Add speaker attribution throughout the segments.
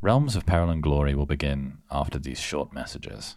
Speaker 1: Realms of Peril and Glory will begin after these short messages.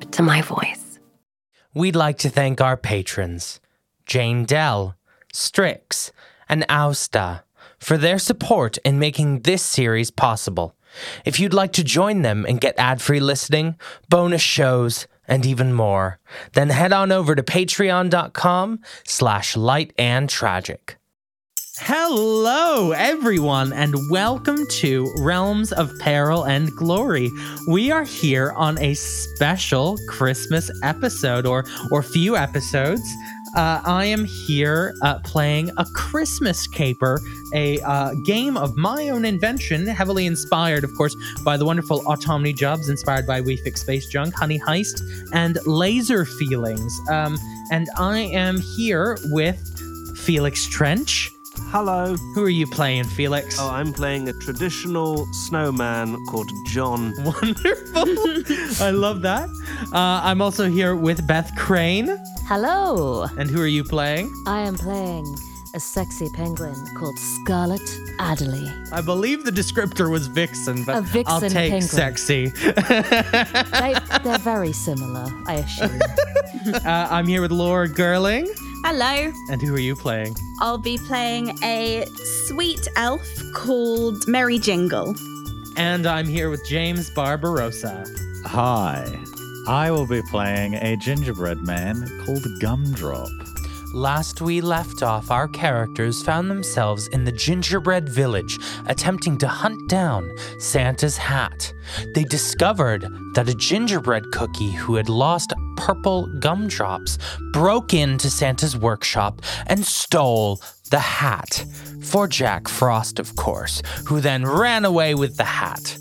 Speaker 2: to my voice.
Speaker 3: We'd like to thank our patrons, Jane Dell, Strix, and Austa, for their support in making this series possible. If you'd like to join them and get ad free listening, bonus shows, and even more, then head on over to patreon.com slash light and tragic.
Speaker 4: Hello, everyone, and welcome to Realms of Peril and Glory. We are here on a special Christmas episode, or or few episodes. Uh, I am here uh, playing a Christmas caper, a uh, game of my own invention, heavily inspired, of course, by the wonderful Autonomy Jobs, inspired by We Fix Space Junk, Honey Heist, and Laser Feelings. Um, and I am here with Felix Trench.
Speaker 5: Hello.
Speaker 4: Who are you playing, Felix?
Speaker 5: Oh, I'm playing a traditional snowman called John.
Speaker 4: Wonderful. I love that. Uh, I'm also here with Beth Crane.
Speaker 6: Hello.
Speaker 4: And who are you playing?
Speaker 6: I am playing a sexy penguin called Scarlet Adderley.
Speaker 4: I believe the descriptor was vixen, but
Speaker 6: A vixen
Speaker 4: I'll take
Speaker 6: penguin.
Speaker 4: sexy.
Speaker 6: They, they're very similar, I assume.
Speaker 4: Uh, I'm here with Laura Gerling.
Speaker 7: Hello,
Speaker 4: And who are you playing?
Speaker 7: I'll be playing a sweet elf called Merry Jingle.
Speaker 4: And I'm here with James Barbarossa.
Speaker 8: Hi, I will be playing a gingerbread man called Gumdrop.
Speaker 3: Last we left off, our characters found themselves in the gingerbread village attempting to hunt down Santa's hat. They discovered that a gingerbread cookie who had lost purple gumdrops broke into Santa's workshop and stole the hat. For Jack Frost, of course, who then ran away with the hat.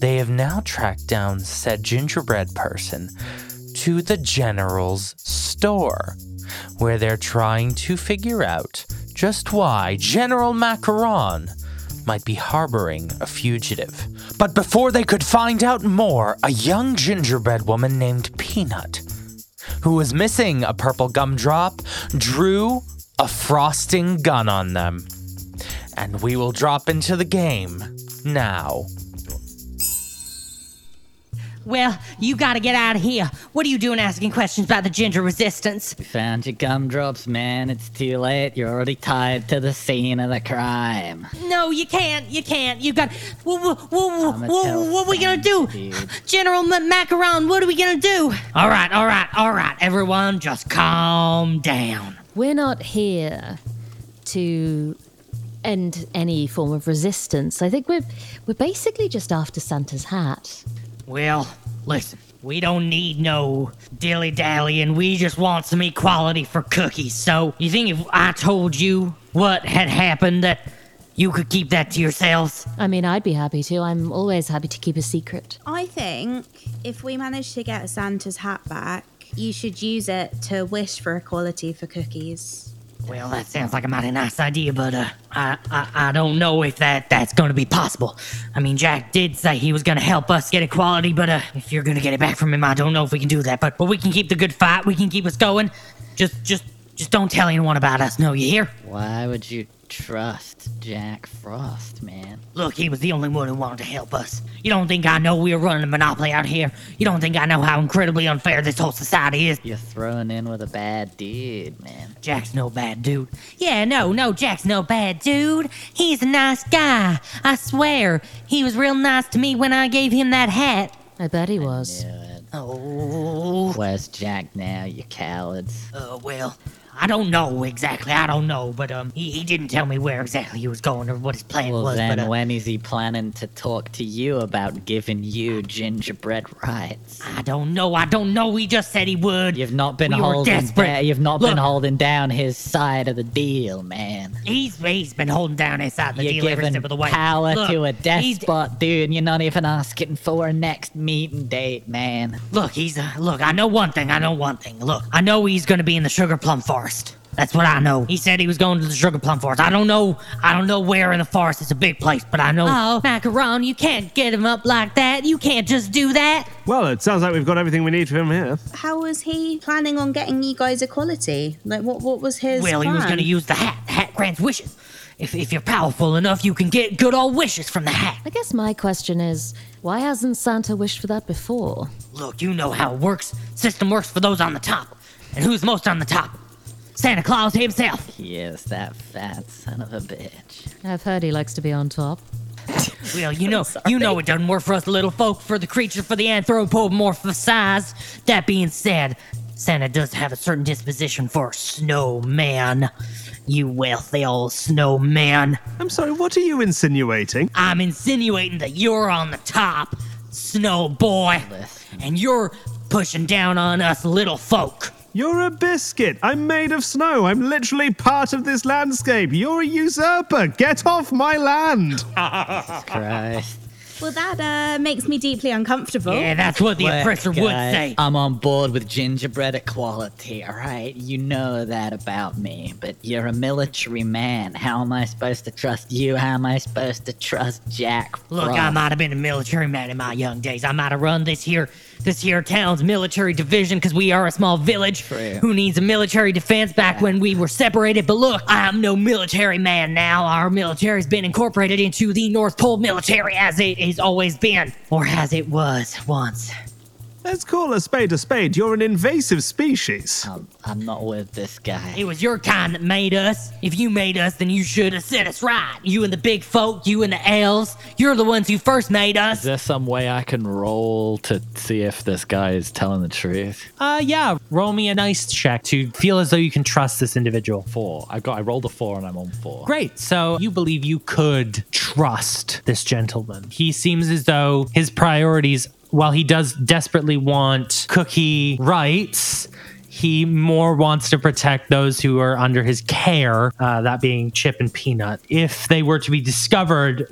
Speaker 3: They have now tracked down said gingerbread person to the general's store, where they're trying to figure out just why General Macaron might be harboring a fugitive. But before they could find out more, a young gingerbread woman named Peanut, who was missing a purple gumdrop, drew a frosting gun on them. And we will drop into the game now.
Speaker 9: Well, you gotta get out of here. What are you doing asking questions about the ginger resistance?
Speaker 10: Found your gumdrops, man. It's too late. You're already tied to the scene of the crime.
Speaker 9: No, you can't. You can't. You got. What, what, what,
Speaker 10: I'ma
Speaker 9: what,
Speaker 10: tell
Speaker 9: what are we gonna do?
Speaker 10: Sam, dude.
Speaker 9: General M- Macaron, what are we gonna do? All right, all right, all right. Everyone, just calm down.
Speaker 6: We're not here to end any form of resistance. I think we're we're basically just after Santa's hat.
Speaker 9: Well, listen. We don't need no dilly dallying. We just want some equality for cookies. So, you think if I told you what had happened, that you could keep that to yourselves?
Speaker 6: I mean, I'd be happy to. I'm always happy to keep a secret.
Speaker 7: I think if we manage to get Santa's hat back, you should use it to wish for equality for cookies.
Speaker 9: Well, that sounds like a mighty nice idea, but uh, I, I I don't know if that that's going to be possible. I mean, Jack did say he was going to help us get equality, but uh, if you're going to get it back from him, I don't know if we can do that. But but we can keep the good fight. We can keep us going. Just just just don't tell anyone about us. No, you hear?
Speaker 10: Why would you trust Jack Frost, man?
Speaker 9: Look, he was the only one who wanted to help us. You don't think I know we are running a monopoly out here? You don't think I know how incredibly unfair this whole society is?
Speaker 10: You're throwing in with a bad dude, man.
Speaker 9: Jack's no bad dude. Yeah, no, no, Jack's no bad dude. He's a nice guy. I swear. He was real nice to me when I gave him that hat.
Speaker 6: I bet he was.
Speaker 9: Oh.
Speaker 10: Where's Jack now, you cowards?
Speaker 9: Uh, well, I don't know exactly. I don't know, but um, he, he didn't tell me where exactly he was going or what his plan
Speaker 10: Well,
Speaker 9: was.
Speaker 10: then
Speaker 9: but, uh,
Speaker 10: when is he planning to talk to you about giving you gingerbread rights?
Speaker 9: I don't know. I don't know. He just said he would.
Speaker 10: You've not been
Speaker 9: We were
Speaker 10: holding.
Speaker 9: desperate.
Speaker 10: da- you've not been
Speaker 9: Look.
Speaker 10: holding down his side of the deal, man.
Speaker 9: He's he's been holding down his side of the
Speaker 10: You're
Speaker 9: deal every
Speaker 10: giving
Speaker 9: step of the way.
Speaker 10: power
Speaker 9: Look,
Speaker 10: to a
Speaker 9: he's-
Speaker 10: despot, dude. and You're not even asking for a next meeting date, man.
Speaker 9: Look, he's uh, look. I know one thing. I know one thing. Look, I know he's gonna be in the sugar plum forest. That's what I know. He said he was going to the sugar plum forest. I don't know. I don't know where in the forest. It's a big place, but I know.
Speaker 11: Uh,
Speaker 6: Oh, Macaron, you can't get him up like that. You can't just do that.
Speaker 5: Well, it sounds like we've got everything we need from here.
Speaker 7: How was he planning on getting you guys equality? Like, what what was his
Speaker 9: well, he was
Speaker 7: plan?
Speaker 9: gonna use the hat. The hat grants wishes. If if you're powerful enough, you can get good old wishes from the hat.
Speaker 6: I guess my question is why hasn't Santa wished for that before?
Speaker 9: Look, you know how it works. System works for those on the top. And who's most on the top? Santa Claus himself.
Speaker 10: Yes, that fat son of a bitch.
Speaker 6: I've heard he likes to be on top.
Speaker 9: Well, you know, you know it doesn't work for us little folk, for the creature, for the anthropomorphized. That being said, Santa does have a certain disposition for snowman. You wealthy old snowman.
Speaker 5: I'm sorry, what are you insinuating?
Speaker 9: I'm insinuating that you're on the top, snow boy, and you're pushing down on us little folk.
Speaker 5: You're a biscuit. I'm made of snow. I'm literally part of this landscape. You're a usurper. Get off my land.
Speaker 10: Christ.
Speaker 7: Well, that uh, makes me deeply uncomfortable.
Speaker 9: Yeah, that's what the
Speaker 10: Look,
Speaker 9: oppressor would
Speaker 10: guys,
Speaker 9: say.
Speaker 10: I'm on board with gingerbread equality, all right? You know that about me, but you're a military man. How am I supposed to trust you? How am I supposed to trust Jack?
Speaker 9: Look,
Speaker 10: Frost?
Speaker 9: I might have been a military man in my young days. I might have run this here, this here town's military division because we are a small village who needs a military defense. Back when we were separated, but look, I am no military man now. Our military's been incorporated into the North Pole military as it has always been, or as it was once.
Speaker 5: Let's call a spade a spade. You're an invasive species.
Speaker 10: I'm, I'm not with this guy.
Speaker 9: It was your kind that made us. If you made us, then you should have set us right. You and the big folk, you and the elves, you're the ones who first made us.
Speaker 1: Is there some way I can roll to see if this guy is telling the truth?
Speaker 4: Uh, yeah, roll me a nice check to feel as though you can trust this individual.
Speaker 1: Four. I got. I rolled a four and I'm on four.
Speaker 4: Great. So you believe you could trust this gentleman. He seems as though his priorities, while he does desperately want cookie rights, he more wants to protect those who are under his care, uh, that being Chip and Peanut. If they were to be discovered,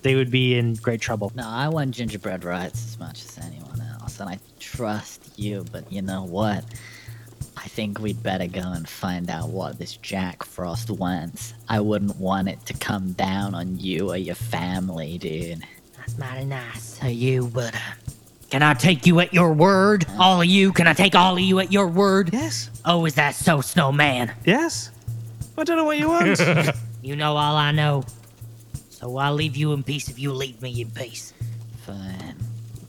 Speaker 4: they would be in great trouble.
Speaker 10: No, I want gingerbread rights as much as anyone else, and I trust you, but you know what? I think we'd better go and find out what this Jack Frost wants. I wouldn't want it to come down on you or your family, dude.
Speaker 9: That's mighty nice of you, but uh, can I take you at your word? All of you, can I take all of you at your word?
Speaker 5: Yes,
Speaker 9: Oh, is that so, Snowman?
Speaker 5: yes. I don't know what you want.
Speaker 9: You know all I know. So I leave you in peace if you leave me in peace.
Speaker 10: Fine.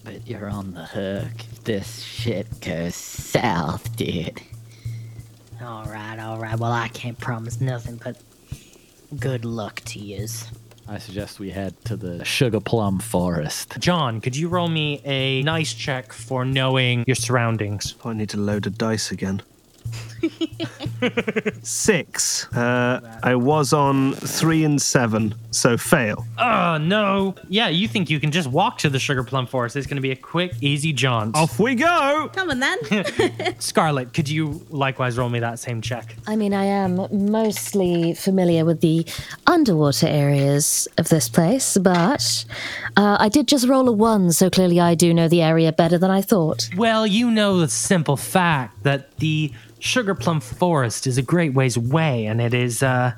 Speaker 10: But you're on the hook if this shit goes south, dude.
Speaker 9: All right, all right. Well, I can't promise nothing, but good luck to yous.
Speaker 1: I suggest we head to the sugar plum forest.
Speaker 4: John, could you roll me a nice check for knowing your surroundings?
Speaker 5: Oh, I need to load a dice again. Six. Uh, I was on three and seven, so fail.
Speaker 4: Oh, no. Yeah, you think you can just walk to the Sugar Plum Forest. It's going to be a quick, easy jaunt.
Speaker 5: Off we go.
Speaker 7: Come on then.
Speaker 4: Scarlet, could you likewise roll me that same check?
Speaker 6: I mean, I am mostly familiar with the underwater areas of this place, but uh, I did just roll a one, so clearly I do know the area better than I thought.
Speaker 4: Well, you know the simple fact that the Sugar Plum Forest is a great ways away, and it is uh,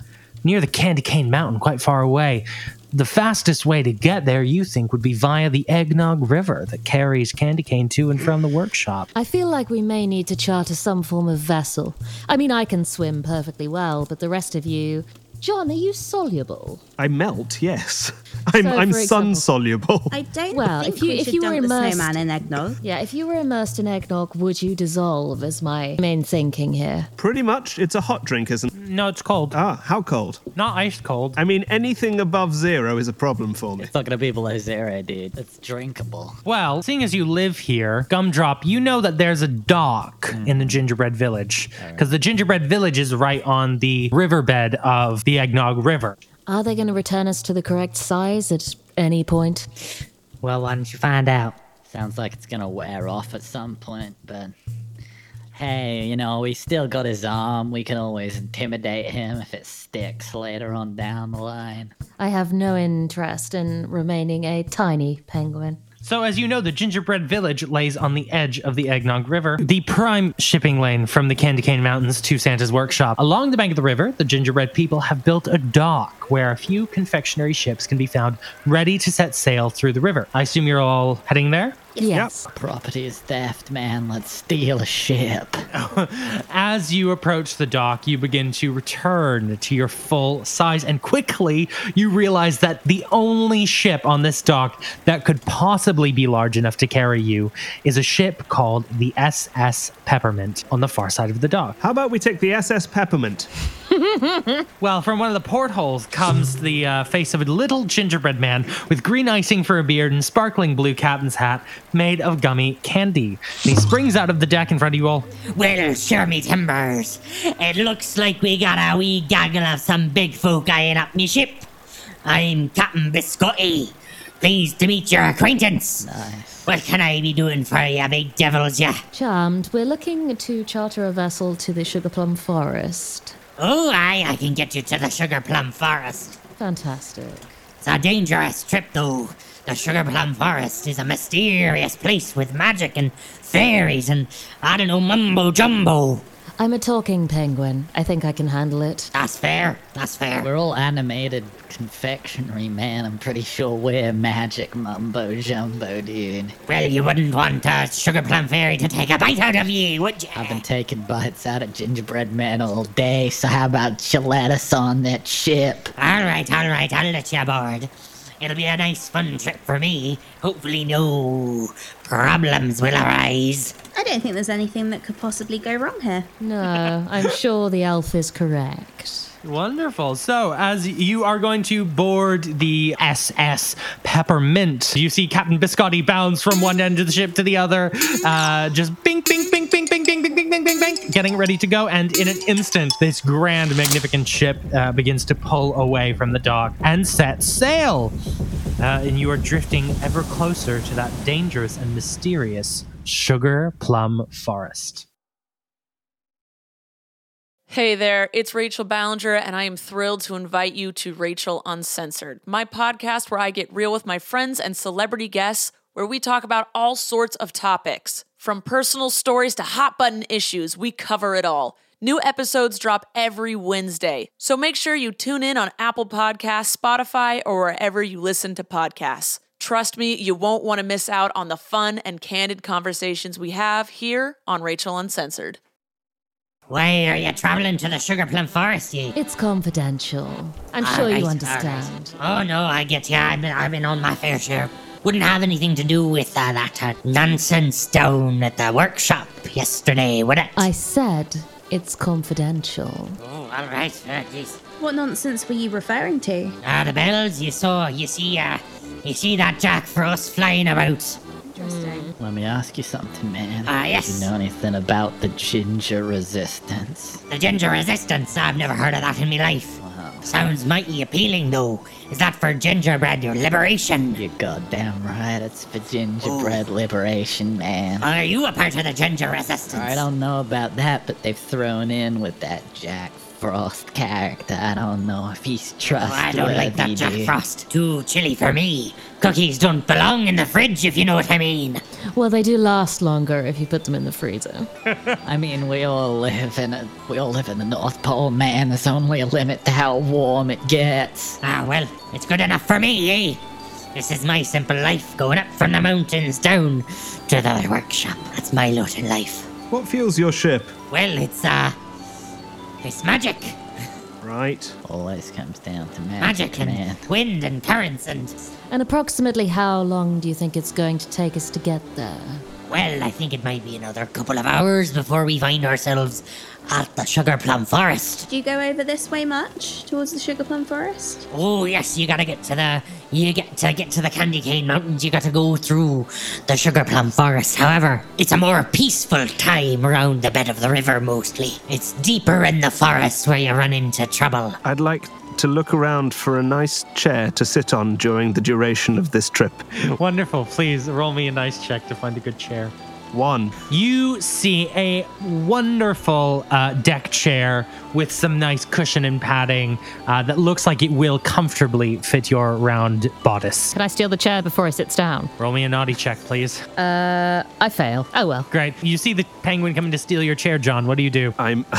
Speaker 4: near the Candy Cane Mountain, quite far away. The fastest way to get there, you think, would be via the Eggnog River that carries Candy Cane to and from the workshop.
Speaker 6: I feel like we may need to charter some form of vessel. I mean, I can swim perfectly well, but the rest of you. John, are you soluble?
Speaker 5: I melt, yes. I'm,
Speaker 6: So,
Speaker 5: I'm
Speaker 6: for
Speaker 5: sun
Speaker 6: example-
Speaker 5: soluble.
Speaker 7: I don't
Speaker 6: well,
Speaker 7: think
Speaker 6: if you
Speaker 7: we
Speaker 6: if
Speaker 7: should
Speaker 6: you were
Speaker 7: dump the
Speaker 6: immersed
Speaker 7: snowman in eggnog.
Speaker 6: Yeah, if you were immersed in eggnog, would you dissolve? Is my main thinking here.
Speaker 5: Pretty much, it's a hot drink, isn't it?
Speaker 4: No, it's cold.
Speaker 5: Ah, how cold?
Speaker 4: Not ice cold.
Speaker 5: I mean, anything above zero is a problem for me.
Speaker 10: It's not gonna be below zero, dude. It's drinkable.
Speaker 4: Well, seeing as you live here, Gumdrop, you know that there's a dock in the Gingerbread Village because the Gingerbread Village is right on the riverbed of the Eggnog River.
Speaker 6: Are they going to return us to the correct size at any point?
Speaker 9: Well, why don't you find out?
Speaker 10: Sounds like it's gonna wear off at some point, but hey, you know, we still got his arm. We can always intimidate him if it sticks later on down the line.
Speaker 6: I have no interest in remaining a tiny penguin.
Speaker 4: So, as you know, the Gingerbread Village lays on the edge of the Eggnog River, the prime shipping lane from the Candy Cane Mountains to Santa's workshop. Along the bank of the river, the Gingerbread people have built a dock where a few confectionery ships can be found ready to set sail through the river. I assume you're all heading there?
Speaker 6: Yes.
Speaker 10: Property is theft, man. Let's steal a ship.
Speaker 4: As you approach the dock, you begin to return to your full size, and quickly you realize that the only ship on this dock that could possibly be large enough to carry you is a ship called the SS Peppermint on the far side of the dock.
Speaker 5: How about we take the SS Peppermint?
Speaker 4: Well, from one of the portholes comes the uh, face of a little gingerbread man with green icing for a beard and sparkling blue captain's hat made of gummy candy. And he springs out of the deck in front of you all.
Speaker 9: Well, sure me timbers. It looks like we got a wee gaggle of some big folk eyeing up me ship. I'm Captain Biscotti. Pleased to meet your acquaintance. What can I be doing for you, big devils, ya?
Speaker 6: Charmed. We're looking to charter a vessel to the Sugar Plum Forest.
Speaker 9: Oh, aye, I can get you to the Sugar Plum Forest.
Speaker 6: Fantastic.
Speaker 9: It's a dangerous trip, though. The Sugar Plum Forest is a mysterious place with magic and fairies and, I don't know, mumbo jumbo.
Speaker 6: I'm a talking penguin. I think I can handle it.
Speaker 9: That's fair. That's fair.
Speaker 10: We're all animated confectionery, man. I'm pretty sure we're magic mumbo jumbo, dude.
Speaker 9: Well, you wouldn't want a sugar plum fairy to take a bite out of ye, would you?
Speaker 10: I've been taking bites out of gingerbread man all day, so how about you let us on that ship?
Speaker 9: All right, all right, I'll let you aboard. It'll be a nice, fun trip for me. Hopefully, no problems will arise.
Speaker 7: I don't think there's anything that could possibly go wrong here.
Speaker 6: No, Uh, I'm sure the elf is correct.
Speaker 4: Wonderful. So, as you are going to board the SS Peppermint, you see Captain Biscotti bounce from one end of the ship to the other, uh, just bing, bing, bing, bing, bing, bing, bing, bing, bing, bing, bing, getting ready to go. And in an instant, this grand, magnificent ship uh, begins to pull away from the dock and set sail. Uh, and you are drifting ever closer to that dangerous and mysterious sugar plum forest.
Speaker 12: Hey there, it's Rachel Ballinger, and I am thrilled to invite you to Rachel Uncensored, my podcast where I get real with my friends and celebrity guests, where we talk about all sorts of topics. From personal stories to hot button issues, we cover it all. New episodes drop every Wednesday, so make sure you tune in on Apple Podcasts, Spotify, or wherever you listen to podcasts. Trust me, you won't want to miss out on the fun and candid conversations we have here on Rachel Uncensored.
Speaker 9: Why are you traveling to the sugar plum forest, ye?
Speaker 6: It's confidential. I'm
Speaker 9: All
Speaker 6: sure
Speaker 9: right,
Speaker 6: you
Speaker 9: all
Speaker 6: understand.
Speaker 9: right. Oh no, I get ya. I've been, I've been on my fair share. Wouldn't have anything to do with uh, that uh, nonsense down at the workshop yesterday, would it?
Speaker 6: I said it's confidential.
Speaker 9: Oh, all right, uh, geez.
Speaker 7: What nonsense were you referring to?
Speaker 9: Ah, the bells you saw, you see, uh, you see that Jack Frost flying about.
Speaker 10: Hmm. Let me ask you something, man.
Speaker 9: Ah,
Speaker 10: Do
Speaker 9: yes.
Speaker 10: You know anything about the ginger resistance?
Speaker 9: The ginger resistance, I've never heard of that in my life. Sounds mighty appealing, though. Is that for gingerbread liberation?
Speaker 10: You're goddamn right, it's for gingerbread liberation, man.
Speaker 9: Are you a part of the ginger resistance?
Speaker 10: I don't know about that, but they've thrown in with that Jack Frost character. I don't know if he's trustworthy.
Speaker 9: Oh, I don't like that Jack
Speaker 10: dude.
Speaker 9: Frost. Too chilly for me. Cookies don't belong in the fridge, if you know what I mean.
Speaker 6: Well, they do last longer if you put them in the freezer.
Speaker 10: I mean, we all live in a, we all live in the North Pole, man. There's only a limit to how warm it gets.
Speaker 9: Ah, well, it's good enough for me, eh? This is my simple life, going up from the mountains down to the workshop. That's my lot in life.
Speaker 5: What fuels your ship?
Speaker 9: Well, it's, uh, it's magic.
Speaker 5: Right.
Speaker 10: Always comes down to
Speaker 9: Magic
Speaker 10: magic,
Speaker 9: and
Speaker 10: man.
Speaker 9: wind and currents and.
Speaker 6: And approximately how long do you think it's going to take us to get there?
Speaker 9: Well, I think it might be another couple of hours before we find ourselves at the Sugar Plum Forest.
Speaker 7: Do you go over this way much towards the Sugar Plum Forest?
Speaker 9: Oh yes, you gotta get to the you get to get to the Candy Cane Mountains. You gotta go through the Sugar Plum Forest. However, it's a more peaceful time around the bed of the river mostly. It's deeper in the forest where you run into trouble.
Speaker 5: I'd like to look around for a nice chair to sit on during the duration of this trip.
Speaker 4: Wonderful. Please roll me a nice check to find a good chair.
Speaker 5: One.
Speaker 4: You see a wonderful uh, deck chair with some nice cushion and padding uh, that looks like it will comfortably fit your round bodice.
Speaker 6: Can I steal the chair before I sits down?
Speaker 4: Roll me a naughty check, please.
Speaker 6: Uh, I fail. Oh well.
Speaker 4: Great. You see the penguin coming to steal your chair, John. What do you do?
Speaker 5: I'm.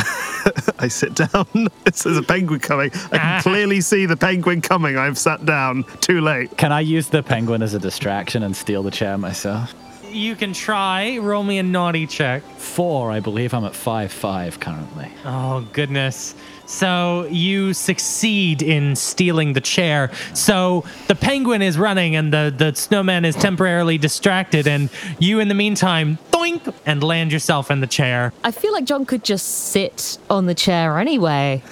Speaker 5: I sit down. There's a penguin coming. I
Speaker 4: Ah,
Speaker 5: can clearly see the penguin coming. I've sat down. Too late.
Speaker 1: Can I use the penguin as a distraction and steal the chair myself?
Speaker 4: You can try. Roll me a naughty check.
Speaker 1: Four, I believe I'm at five five currently.
Speaker 4: Oh, goodness. So you succeed in stealing the chair. So the penguin is running and the, the snowman is temporarily distracted, and you, in the meantime, doink, and land yourself in the chair.
Speaker 6: I feel like John could just sit on the chair anyway.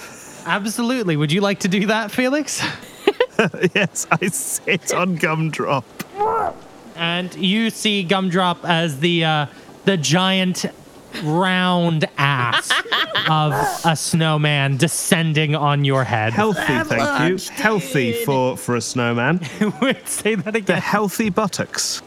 Speaker 4: Absolutely. Would you like to do that, Felix?
Speaker 5: yes, I sit on Gumdrop.
Speaker 4: And you see Gumdrop as the uh, the giant round ass of a snowman descending on your head.
Speaker 5: Healthy, thank you. Healthy for for a snowman.
Speaker 4: Wait, say that again.
Speaker 5: The healthy buttocks.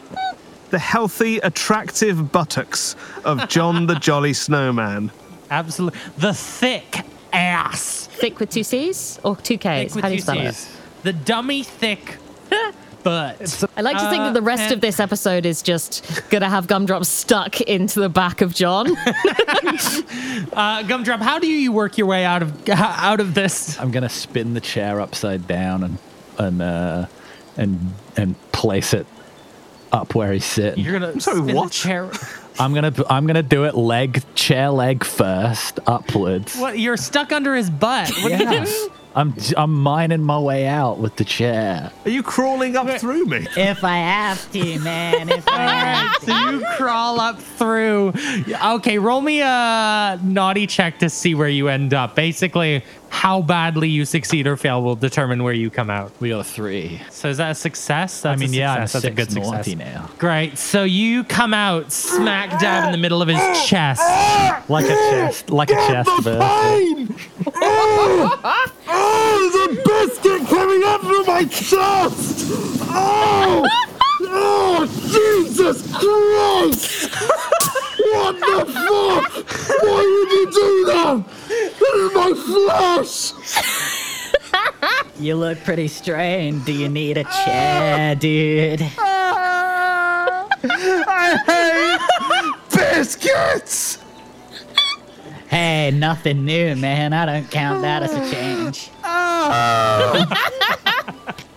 Speaker 5: The healthy, attractive buttocks of John the Jolly Snowman.
Speaker 4: Absolutely. The thick ass.
Speaker 6: Thick with two C's or two K's? How do you spell it?
Speaker 4: The dummy thick butt.
Speaker 6: I like to think
Speaker 4: Uh,
Speaker 6: that the
Speaker 4: eh.
Speaker 6: rest of this episode is just gonna have gumdrops stuck into the back of John.
Speaker 4: Uh, Gumdrop, how do you work your way out of out of this?
Speaker 1: I'm gonna spin the chair upside down and and uh, and and place it up where he's sitting.
Speaker 4: You're gonna
Speaker 5: sorry,
Speaker 4: spin the
Speaker 5: what?
Speaker 4: chair-
Speaker 1: I'm gonna I'm gonna do it leg chair leg first upwards.
Speaker 4: What? You're stuck under his butt. What do you do?
Speaker 1: I'm I'm mining my way out with the chair.
Speaker 5: Are you crawling up through me?
Speaker 10: If I have to, man. If I have to.
Speaker 4: So you crawl up through. Okay, roll me a naughty check to see where you end up. Basically, how badly you succeed or fail will determine where you come out.
Speaker 1: We got a three.
Speaker 4: So is that a success?
Speaker 1: I
Speaker 4: That's
Speaker 1: mean,
Speaker 4: a
Speaker 1: yeah, I'm
Speaker 4: success. That's a good
Speaker 1: six
Speaker 4: success.
Speaker 1: naughty now.
Speaker 4: Great. So you come out smack dab in the middle of his chest.
Speaker 1: Like a chest, like a chest burst.
Speaker 5: Oh, there's a biscuit coming up from my chest! Oh! Oh, Jesus Christ! What the fuck? Why would you do that? That is my flesh!
Speaker 10: You look pretty strained. Do you need a chair, dude?
Speaker 5: Ah!
Speaker 9: Ah.
Speaker 5: I hate biscuits!
Speaker 10: Hey, nothing new, man. I don't count that as a change.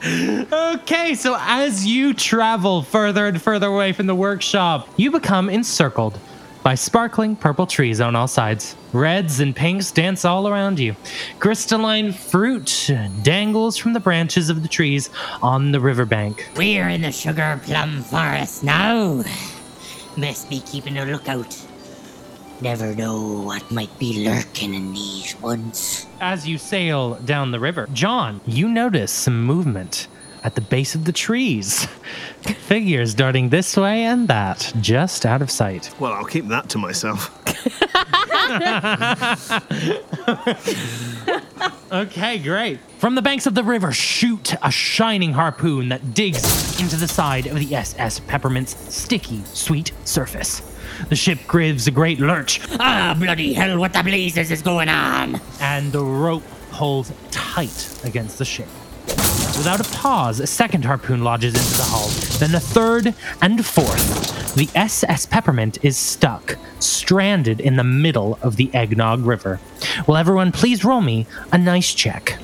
Speaker 4: Okay, so as you travel further and further away from the workshop, you become encircled by sparkling purple trees on all sides. Reds and pinks dance all around you. Crystalline fruit dangles from the branches of the trees on the riverbank.
Speaker 9: We're in the Sugar Plum Forest now. Must be keeping a lookout. Never know what might be lurking in these woods.
Speaker 4: As you sail down the river, John, you notice some movement at the base of the trees. Figures darting this way and that, just out of sight.
Speaker 5: Well, I'll keep that to myself.
Speaker 4: Okay, great. From the banks of the river, shoot a shining harpoon that digs into the side of the SS Peppermint's sticky, sweet surface. The ship gives a great lurch
Speaker 9: Ah, bloody hell, what the blazes is going on?
Speaker 4: and the rope pulls tight against the ship. Without a pause, a second harpoon lodges into the hull, then the third and fourth. The SS Peppermint is stuck, stranded in the middle of the Eggnog River. Will everyone please roll me a nice check?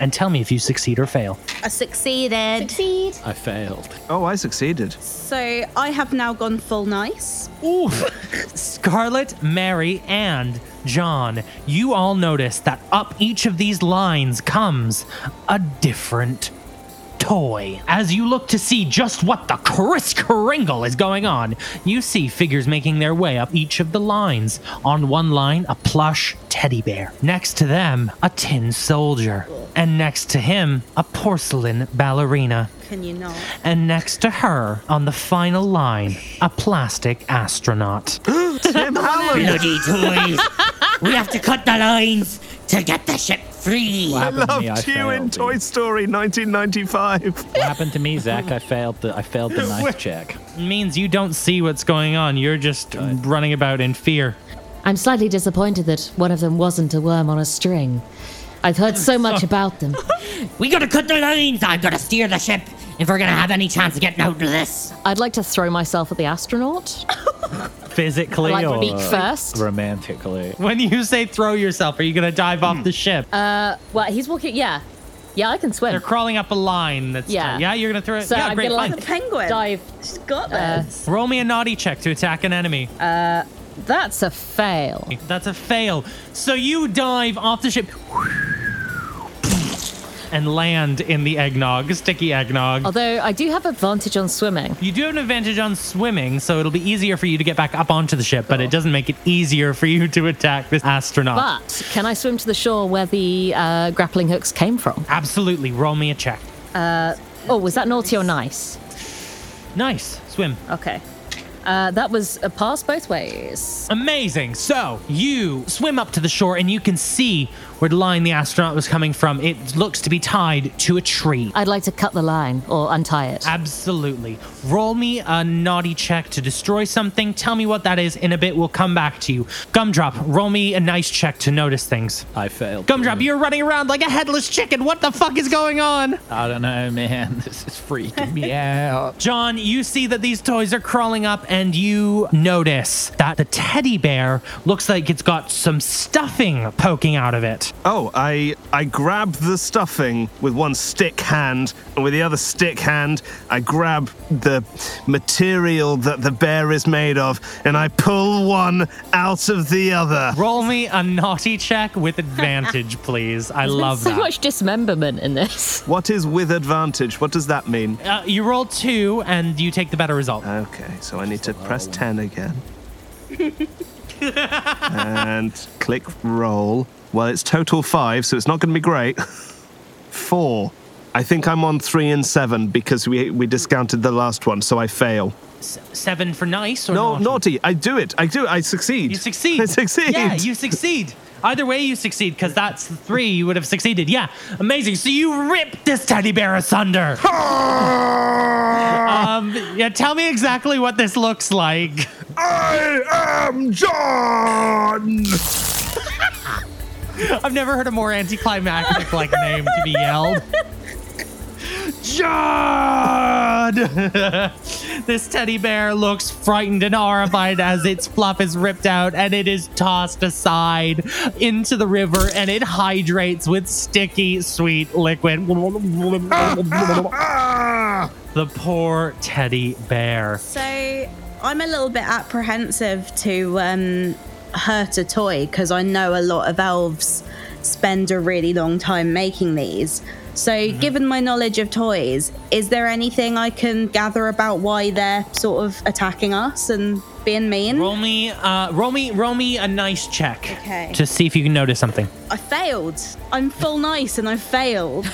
Speaker 4: And tell me if you succeed or fail.
Speaker 7: I succeeded. Succeed.
Speaker 1: I failed.
Speaker 13: Oh, I succeeded.
Speaker 7: So I have now gone full nice.
Speaker 4: Oof. Scarlet, Mary, and John, you all notice that up each of these lines comes a different toy. As you look to see just what the Kris Kringle is going on, you see figures making their way up each of the lines. On one line, a plush teddy bear. Next to them, a tin soldier. And next to him, a porcelain ballerina.
Speaker 7: Can you not?
Speaker 4: And next to her, on the final line, a plastic astronaut.
Speaker 9: Tim
Speaker 13: Allen.
Speaker 9: Bloody toys. we have to cut the lines to get the ship free.
Speaker 13: I loved you in Toy Story 1995.
Speaker 1: What happened to me, Zach? I failed the I failed the knife check.
Speaker 4: means you don't see what's going on. You're just running about in fear.
Speaker 6: I'm slightly disappointed that one of them wasn't a worm on a string. I've heard so much about them.
Speaker 9: We gotta cut the lines. I've gotta steer the ship if we're gonna have any chance of getting out of this.
Speaker 6: I'd like to throw myself at the astronaut.
Speaker 4: Physically
Speaker 6: Like
Speaker 4: or
Speaker 6: beak first?
Speaker 1: romantically.
Speaker 4: When you say throw yourself, are you going to dive off the ship?
Speaker 6: Uh, well, he's walking. Yeah, yeah, I can swim.
Speaker 4: They're crawling up a line. That's
Speaker 6: Yeah.
Speaker 4: yeah, you're going to throw it.
Speaker 6: So
Speaker 4: yeah,
Speaker 6: I'm
Speaker 4: great.
Speaker 6: gonna
Speaker 4: Fine.
Speaker 6: like penguin. dive.
Speaker 7: She's got
Speaker 6: Uh,
Speaker 7: this.
Speaker 4: Roll me a naughty check to attack an enemy.
Speaker 6: uh, that's a fail.
Speaker 4: That's a fail. So you dive off the ship and land in the eggnog, sticky eggnog.
Speaker 6: Although I do have advantage on swimming.
Speaker 4: You do have an advantage on swimming, so it'll be easier for you to get back up onto the ship, but it doesn't make it easier for you to attack this astronaut.
Speaker 6: Oh. But can I swim to the shore where the uh, grappling hooks came from?
Speaker 4: Absolutely, roll me a check.
Speaker 6: Uh, oh, was that naughty or nice?
Speaker 4: Nice, swim.
Speaker 6: Okay. Uh, that was a pass both ways.
Speaker 4: Amazing. So you swim up to the shore and you can see where the line the astronaut was coming from. It looks to be tied to a tree.
Speaker 6: I'd like to cut the line or untie it.
Speaker 4: Absolutely. Roll me a naughty check to destroy something. Tell me what that is. In a bit, we'll come back to you. Gumdrop, roll me a nice check to notice things.
Speaker 1: I failed.
Speaker 4: Gumdrop, you're running around like a headless chicken. What the fuck is going on?
Speaker 1: I don't know, man. This is freaking me out.
Speaker 4: John, you see that these toys are crawling up, and you notice that the teddy bear looks like it's got some stuffing poking out of it.
Speaker 13: Oh, I I grab the stuffing with one stick hand, and with the other stick hand, I grab the material that the bear is made of, and I pull one out of the other.
Speaker 4: Roll me a naughty check with advantage, please. I
Speaker 6: There's been
Speaker 4: love
Speaker 6: so
Speaker 4: that.
Speaker 6: much dismemberment in this.
Speaker 13: What is with advantage? What does that mean?
Speaker 4: Uh, you roll two, and you take the better result.
Speaker 13: Okay, so I need to press 10 again. and click roll. Well, it's total five, so it's not going to be great. Four. I think I'm on three and seven because we, we discounted the last one, so I fail.
Speaker 4: S- seven for nice or
Speaker 13: No,
Speaker 4: naughty?
Speaker 13: naughty. I do it. I do it. I succeed.
Speaker 4: You succeed.
Speaker 13: I succeed.
Speaker 4: Yeah, you succeed. Either way, you succeed because that's three. You would have succeeded. Yeah, amazing. So you rip this teddy bear asunder. um, yeah, tell me exactly what this looks like.
Speaker 5: I am John!
Speaker 4: I've never heard a more anticlimactic like name to be yelled. John! this teddy bear looks frightened and horrified as its fluff is ripped out and it is tossed aside into the river and it hydrates with sticky, sweet liquid.
Speaker 7: ah.
Speaker 4: the poor teddy bear.
Speaker 7: So I'm a little bit apprehensive to um, hurt a toy because I know a lot of elves
Speaker 4: Mm-hmm.
Speaker 7: spend a really long time making these. So, given my knowledge of toys, Is there anything I can gather about why they're sort of attacking us and being mean?
Speaker 4: Roll me, uh, roll me, roll me a nice check
Speaker 7: Okay.
Speaker 4: to see if you can notice something.
Speaker 7: I failed. I'm full nice and I failed.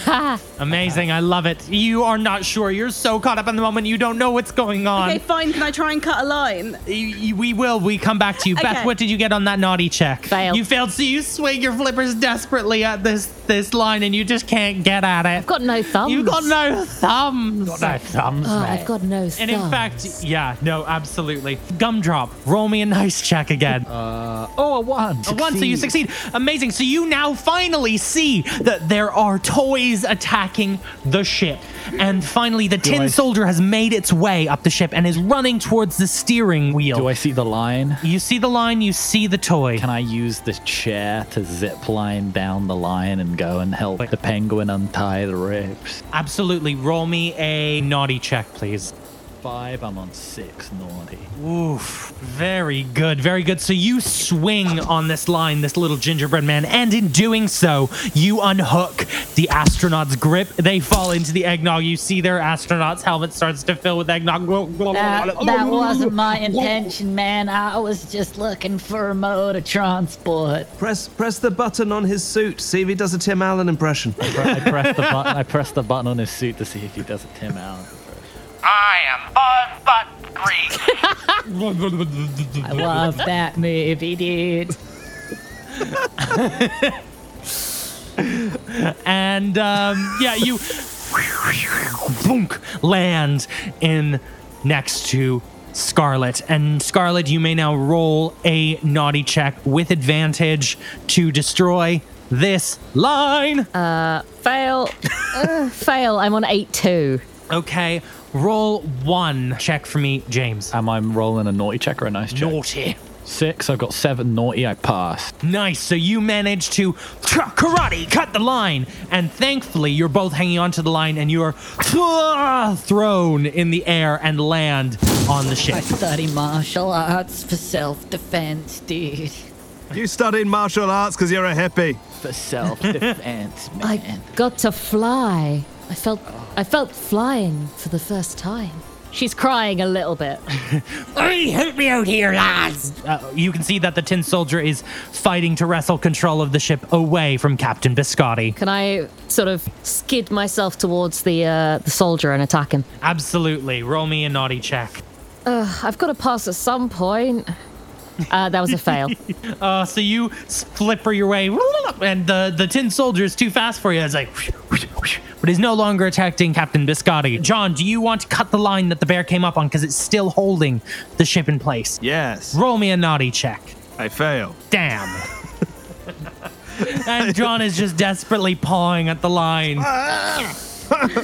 Speaker 4: Amazing, I love it. You are not sure. You're so caught up in the moment, you don't know what's going on.
Speaker 7: okay, fine. Can I try and cut a line?
Speaker 4: Y- y- We will. We come back to you. Beth,
Speaker 7: Okay.
Speaker 4: what did you get on that naughty check? Fail. You failed, so you swing your flippers desperately at this this line, and you just can't get at it. I've
Speaker 6: got no thumbs.
Speaker 4: You've got no thumbs.
Speaker 6: Got no thumbs, Oh, I've mate. got no
Speaker 4: And in
Speaker 6: thumbs.
Speaker 4: fact, yeah, no, absolutely. Gumdrop, roll me a nice check again.
Speaker 1: Uh, oh, a one.
Speaker 4: A one, so you succeed. Amazing. So you now finally see that there are toys attacking the ship. And finally, the tin soldier has made its way up the ship and is running towards the steering wheel. Do
Speaker 1: I see the line?
Speaker 4: You see the line, you see the toy.
Speaker 1: Can I use the chair to zip line down the line and go and help the penguin untie the ropes?
Speaker 4: Absolutely. Roll me a naughty check, please.
Speaker 1: Five, I'm on six, naughty.
Speaker 4: Oof. Very good. Very good. So you swing on this line, this little gingerbread man, and in doing so, you unhook the astronaut's grip. They fall into the eggnog. You see their astronaut's helmet starts to fill with eggnog.
Speaker 10: That, that wasn't my intention, man. I was just looking for a mode of transport.
Speaker 13: Press press the button on his suit. See if he does a Tim Allen impression.
Speaker 1: I press the button. I press the button on his suit to see if he does a Tim Allen.
Speaker 9: I am Bud Butt
Speaker 10: I love that movie, dude.
Speaker 4: and um, yeah, you boonk, land in next to Scarlet. And Scarlet, you may now roll a naughty check with advantage to destroy this line.
Speaker 6: Uh, fail. Ugh, fail. I'm on 8 2.
Speaker 4: Okay, roll one check for me, James.
Speaker 1: Am I rolling a naughty check or a nice check?
Speaker 4: Naughty.
Speaker 1: Six. I've got seven naughty. I passed.
Speaker 4: Nice. So you managed to tra- karate cut the line, and thankfully you're both hanging onto the line, and you are thrown in the air and land on the
Speaker 10: I
Speaker 4: ship.
Speaker 10: study martial arts for self defense, dude.
Speaker 13: You studied martial arts because you're a hippie.
Speaker 10: For self defense, man.
Speaker 6: I got to fly. I felt I felt flying for the first time. She's crying a little bit.
Speaker 4: Hey, help me out here, lads! Uh, you can see that the tin soldier is fighting to wrestle control of the ship away from Captain Biscotti.
Speaker 6: Can I sort of skid myself towards the uh, the soldier and attack him?
Speaker 4: Absolutely. Roll me a naughty check.
Speaker 6: Ugh, I've got to pass at some point. Uh, that was a fail.
Speaker 4: uh, so you flipper your way, and the, the tin soldier is too fast for you. It's like, but is no longer attacking Captain Biscotti. John, do you want to cut the line that the bear came up on because it's still holding the ship in place?
Speaker 13: Yes.
Speaker 4: Roll me a naughty check.
Speaker 13: I fail.
Speaker 4: Damn. and John is just desperately pawing at the line.
Speaker 13: Ah. Uh,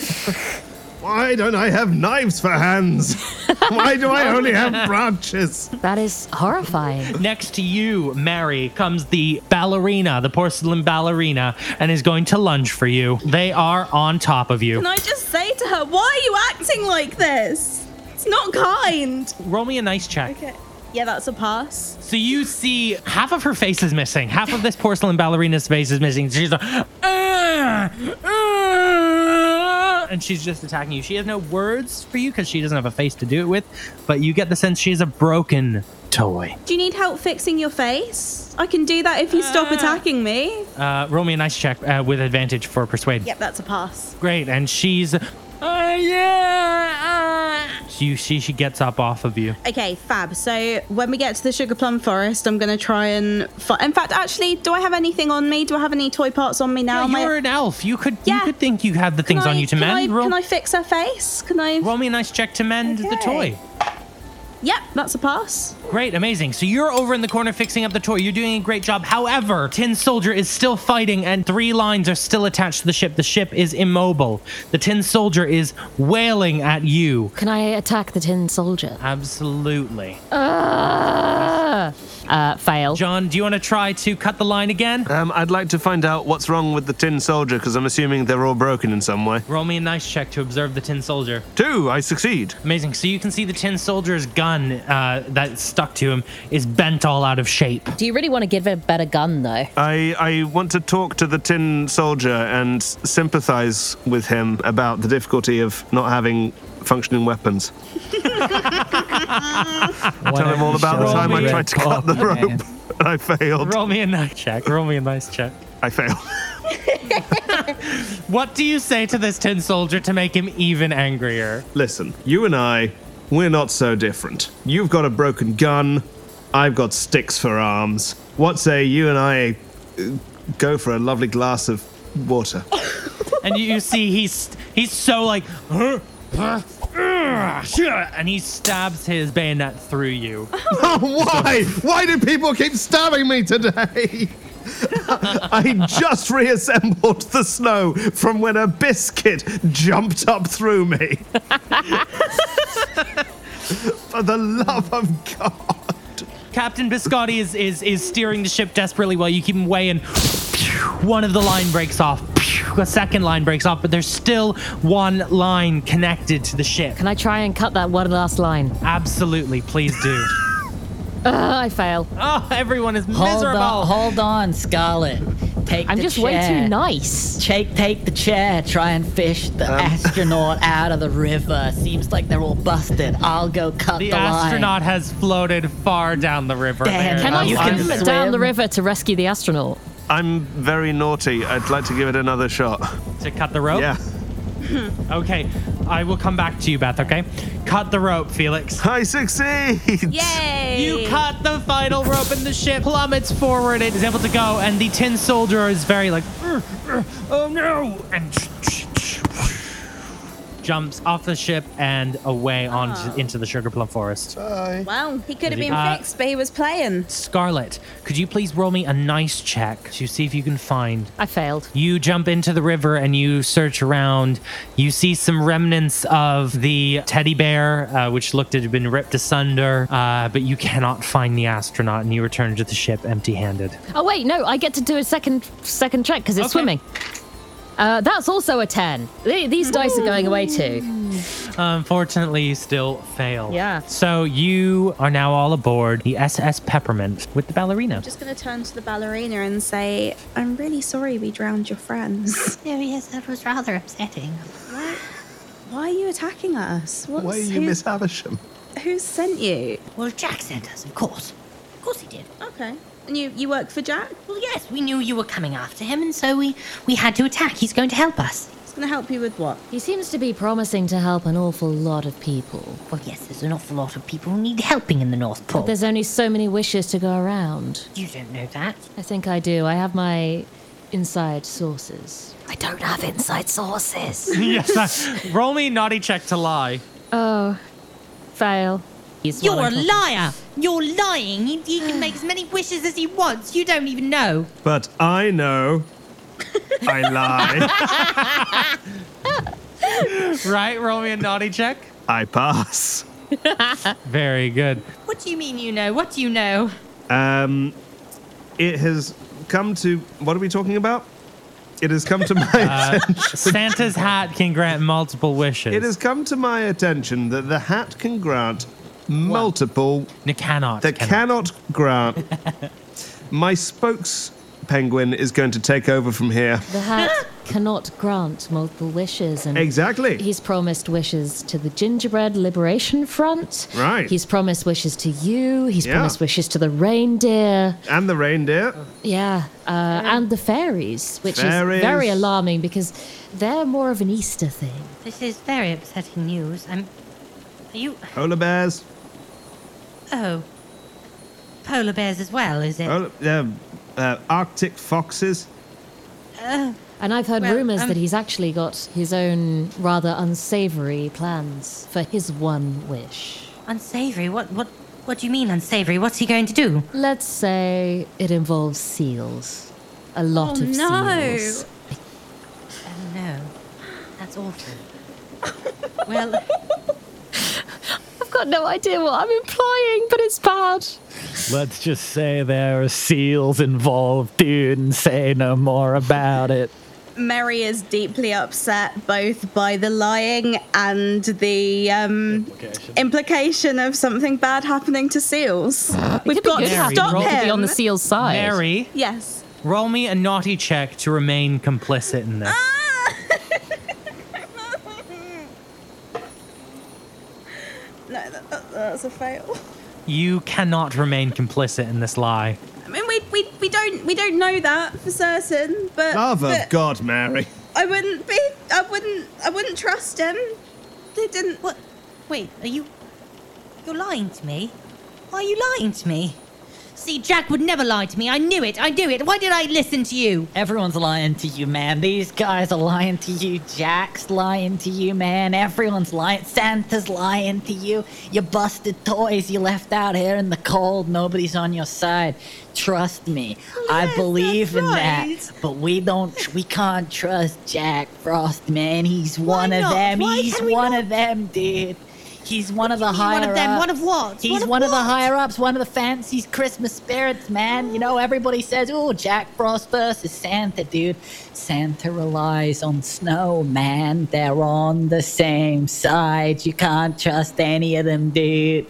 Speaker 13: Why don't I have knives for hands? Why do I only have branches?
Speaker 6: That is horrifying.
Speaker 4: Next to you, Mary, comes the ballerina, the porcelain ballerina, and is going to lunge for you. They are on top of you.
Speaker 7: Can I just say to her, why are you acting like this? It's not kind.
Speaker 4: Roll me a nice check.
Speaker 7: Okay. Yeah, that's a pass.
Speaker 4: So you see half of her face is missing. Half of this porcelain ballerina's face is missing. She's like, "Ah, ah," and she's just attacking you. She has no words for you because she doesn't have a face to do it with, but you get the sense she is a broken toy.
Speaker 7: Do you need help fixing your face? I can do that if you stop attacking me.
Speaker 4: Uh, roll me a nice check uh, with advantage for persuade.
Speaker 7: Yep, that's a pass.
Speaker 4: Great, and she's Oh, yeah. uh. she she she gets up off of you.
Speaker 7: Okay, fab. So when we get to the sugar plum forest, I'm gonna try and. Fi- In fact, actually, do I have anything on me? Do I have any toy parts on me now?
Speaker 4: Yeah,
Speaker 7: Am I-
Speaker 4: you're an elf. You could you could think you had the things
Speaker 7: Can
Speaker 4: on
Speaker 7: I-
Speaker 4: you to
Speaker 7: can
Speaker 4: mend.
Speaker 7: I,
Speaker 4: roll,
Speaker 7: can I fix her face? Can I?
Speaker 4: roll me a nice check to mend the toy.
Speaker 7: Yep, that's a pass.
Speaker 4: Great, amazing. So you're over in the corner fixing up the toy. You're doing a great job. However, Tin Soldier is still fighting, and three lines are still attached to the ship. The ship is immobile. The Tin Soldier is wailing at you.
Speaker 6: Can I attack the tin soldier?
Speaker 4: Absolutely.
Speaker 6: Ah! uh, fail.
Speaker 4: John, do you want to try to cut the line again?
Speaker 13: Um, I'd like to find out what's wrong with the tin soldier because I'm assuming they're all broken in some way.
Speaker 4: Roll me a nice check to observe the tin soldier.
Speaker 13: Two, I succeed.
Speaker 4: Amazing. So you can see the tin soldier's gun uh, that's stuck to him is bent all out of shape.
Speaker 6: Do you really want to give it a better gun, though?
Speaker 13: I, I want to talk to the tin soldier and sympathize with him about the difficulty of not having functioning weapons. Tell him all about the time I tried to cut the rope and I failed.
Speaker 4: Roll me a nice check. Roll me a nice check.
Speaker 13: I failed.
Speaker 4: What do you say to this tin soldier to make him even angrier?
Speaker 13: Listen, you and I, we're not so different. You've got a broken gun, I've got sticks for arms. What say you and I uh, go for a lovely glass of water?
Speaker 4: and you, you see he's he's so like "Huh, huh, ugh, sure," and he stabs his bayonet through you.
Speaker 13: Oh, why? Why do people keep stabbing me today? I just reassembled the snow from when a biscuit jumped up through me. For the love of
Speaker 4: Captain Biscotti is, is is steering the ship desperately while you keep him away, and one of the line breaks off. A second line breaks off, but there's still one line connected to the ship.
Speaker 6: Can I try and cut that one last line?
Speaker 4: Absolutely, please do.
Speaker 6: Uh, I fail.
Speaker 4: Oh, everyone is
Speaker 6: miserable.
Speaker 10: On, hold on, Scarlet. Take
Speaker 6: I'm
Speaker 10: the
Speaker 6: just way too
Speaker 10: chair.
Speaker 6: nice.
Speaker 10: Take take the chair. Try and fish the astronaut out of the river. Seems like they're all busted. I'll go cut the,
Speaker 4: The astronaut has floated far down the river.
Speaker 10: Damn,
Speaker 4: there.
Speaker 6: Can I
Speaker 13: you
Speaker 6: swim
Speaker 13: can
Speaker 6: down
Speaker 13: swim.
Speaker 6: the river to rescue the astronaut?
Speaker 13: I'm very naughty. I'd like to give it another shot.
Speaker 4: To cut the rope?
Speaker 13: Yeah.
Speaker 4: Okay, I will come back to you, Beth, okay? Cut the rope, Felix.
Speaker 13: I succeed!
Speaker 7: Yay!
Speaker 4: You cut the final rope and the ship plummets forward. It is able to go, and the tin soldier is very like, "Ugh, ugh, oh no! And jumps off the ship and away onto
Speaker 7: Oh.
Speaker 4: into the sugar plum
Speaker 13: Uh,
Speaker 4: forest.
Speaker 7: Well, he could have
Speaker 4: Is he-
Speaker 7: been
Speaker 4: Uh,
Speaker 7: fixed, but he was playing.
Speaker 4: Scarlet, could you please roll me a nice check to see if you can find
Speaker 6: I failed.
Speaker 4: You jump into the river and you search around. You see some remnants of the teddy bear, uh, which looked to have been ripped asunder, uh, but you cannot find the astronaut and you return to the ship empty handed.
Speaker 6: Oh wait, no, I get to do a second second check because it's swimming. Uh, that's also a ten. Th- These dice are going away too.
Speaker 4: Unfortunately, you still fail.
Speaker 6: Yeah.
Speaker 4: So you are now all aboard the SS Peppermint with the ballerina.
Speaker 7: Just gonna turn to the ballerina and say, "I'm really sorry we drowned your friends.
Speaker 11: Serious, that was rather upsetting.
Speaker 7: Why are you attacking us? What's,
Speaker 13: Why are you
Speaker 7: who,
Speaker 13: Miss Havisham?
Speaker 7: who sent you?
Speaker 11: Well, Jack sent us, of course. Of course he did.
Speaker 7: Okay, and you you work for Jack?
Speaker 11: Well, yes, we knew you were coming after him, and so we, we had to attack. He's going to help us.
Speaker 7: He's gonna help you with what?
Speaker 6: He seems to be promising to help an awful lot of people.
Speaker 11: Well, yes, there's an awful lot of people who need helping in the North Pole.
Speaker 6: But there's only so many wishes to go around.
Speaker 11: You don't know that.
Speaker 6: I think I do. I have my inside sources.
Speaker 2: I don't have inside sources.
Speaker 4: yes. I- Roll me naughty check to lie.
Speaker 6: Oh, fail.
Speaker 11: You're a liar! You're lying! He, he can make as many wishes as he wants. You don't even know.
Speaker 13: But I know. I lie.
Speaker 4: right? Roll me a naughty check.
Speaker 13: I pass.
Speaker 4: Very good.
Speaker 11: What do you mean you know? What do you know?
Speaker 13: Um, it has come to. What are we talking about? It has come to my
Speaker 4: Uh,
Speaker 13: attention.
Speaker 4: Santa's hat can grant multiple wishes.
Speaker 13: It has come to my attention that the hat can grant multiple.
Speaker 4: It cannot.
Speaker 13: That cannot, grant. my spokes penguin is going to take over from here.
Speaker 6: The hat cannot grant multiple wishes, and
Speaker 13: Exactly.
Speaker 6: he's promised wishes to the Gingerbread Liberation Front.
Speaker 13: Right.
Speaker 6: He's promised wishes to you. He's
Speaker 13: Yeah.
Speaker 6: promised wishes to the reindeer.
Speaker 13: and the reindeer.
Speaker 6: Yeah, uh, and the fairies, which
Speaker 13: Fairies.
Speaker 6: is very alarming because they're more of an Easter thing.
Speaker 11: This is very upsetting news. I'm. Are you.
Speaker 13: Polar bears.
Speaker 11: Oh. Polar bears as well, is it?
Speaker 13: Polar, um, uh, Arctic foxes.
Speaker 11: Uh,
Speaker 6: And I've heard
Speaker 11: Well,
Speaker 6: rumors
Speaker 11: um,
Speaker 6: that he's actually got his own rather unsavory plans for his one wish.
Speaker 11: unsavory? What, what, what do you mean unsavory? What's he going to do?
Speaker 6: Let's say it involves seals. A lot
Speaker 7: Oh,
Speaker 6: of
Speaker 7: no.
Speaker 6: seals.
Speaker 11: Oh no. That's awful. well,
Speaker 6: I've got no idea what I'm implying, but it's bad.
Speaker 1: Let's just say there are seals involved, dude, and say no more about it.
Speaker 7: Mary is deeply upset both by the lying and the um, implication. of something bad happening to seals. We've got to stop him.
Speaker 4: Mary,
Speaker 7: Yes.
Speaker 4: roll me a naughty check to remain complicit in this.
Speaker 7: Ah! No, that, that, that's a fail.
Speaker 4: You cannot remain complicit in this lie.
Speaker 7: I mean, we, we, we don't we don't know that for certain, but,
Speaker 13: Love of
Speaker 7: but
Speaker 13: God, Mary.
Speaker 7: I wouldn't be. I wouldn't. I wouldn't trust him. They didn't. What?
Speaker 11: Wait, are you. You're lying to me? Why are you lying to me? See, Jack would never lie to me. I knew it. I knew it. Why did I listen to you?
Speaker 10: Everyone's lying to you, man. These guys are lying to you. Jack's lying to you, man. Everyone's lying. Santa's lying to you. You busted toys you left out here in the cold. Nobody's on your side. Trust me. I believe in
Speaker 11: right.
Speaker 10: that. But we don't we can't trust Jack Frost, man. He's one of
Speaker 11: not?
Speaker 10: them.
Speaker 11: Why
Speaker 10: He's
Speaker 11: can we
Speaker 10: one of them, dude. He's one of the
Speaker 11: do you mean
Speaker 10: higher
Speaker 11: one of them?
Speaker 10: ups.
Speaker 11: One of what?
Speaker 10: He's
Speaker 11: One
Speaker 10: one
Speaker 11: of
Speaker 10: of, the
Speaker 11: what?
Speaker 10: higher ups, one of the fancies Christmas spirits, man. You know, everybody says, oh, Jack Frost versus Santa, dude. Santa relies on snow, man. They're on the same side. You can't trust any of them, dude.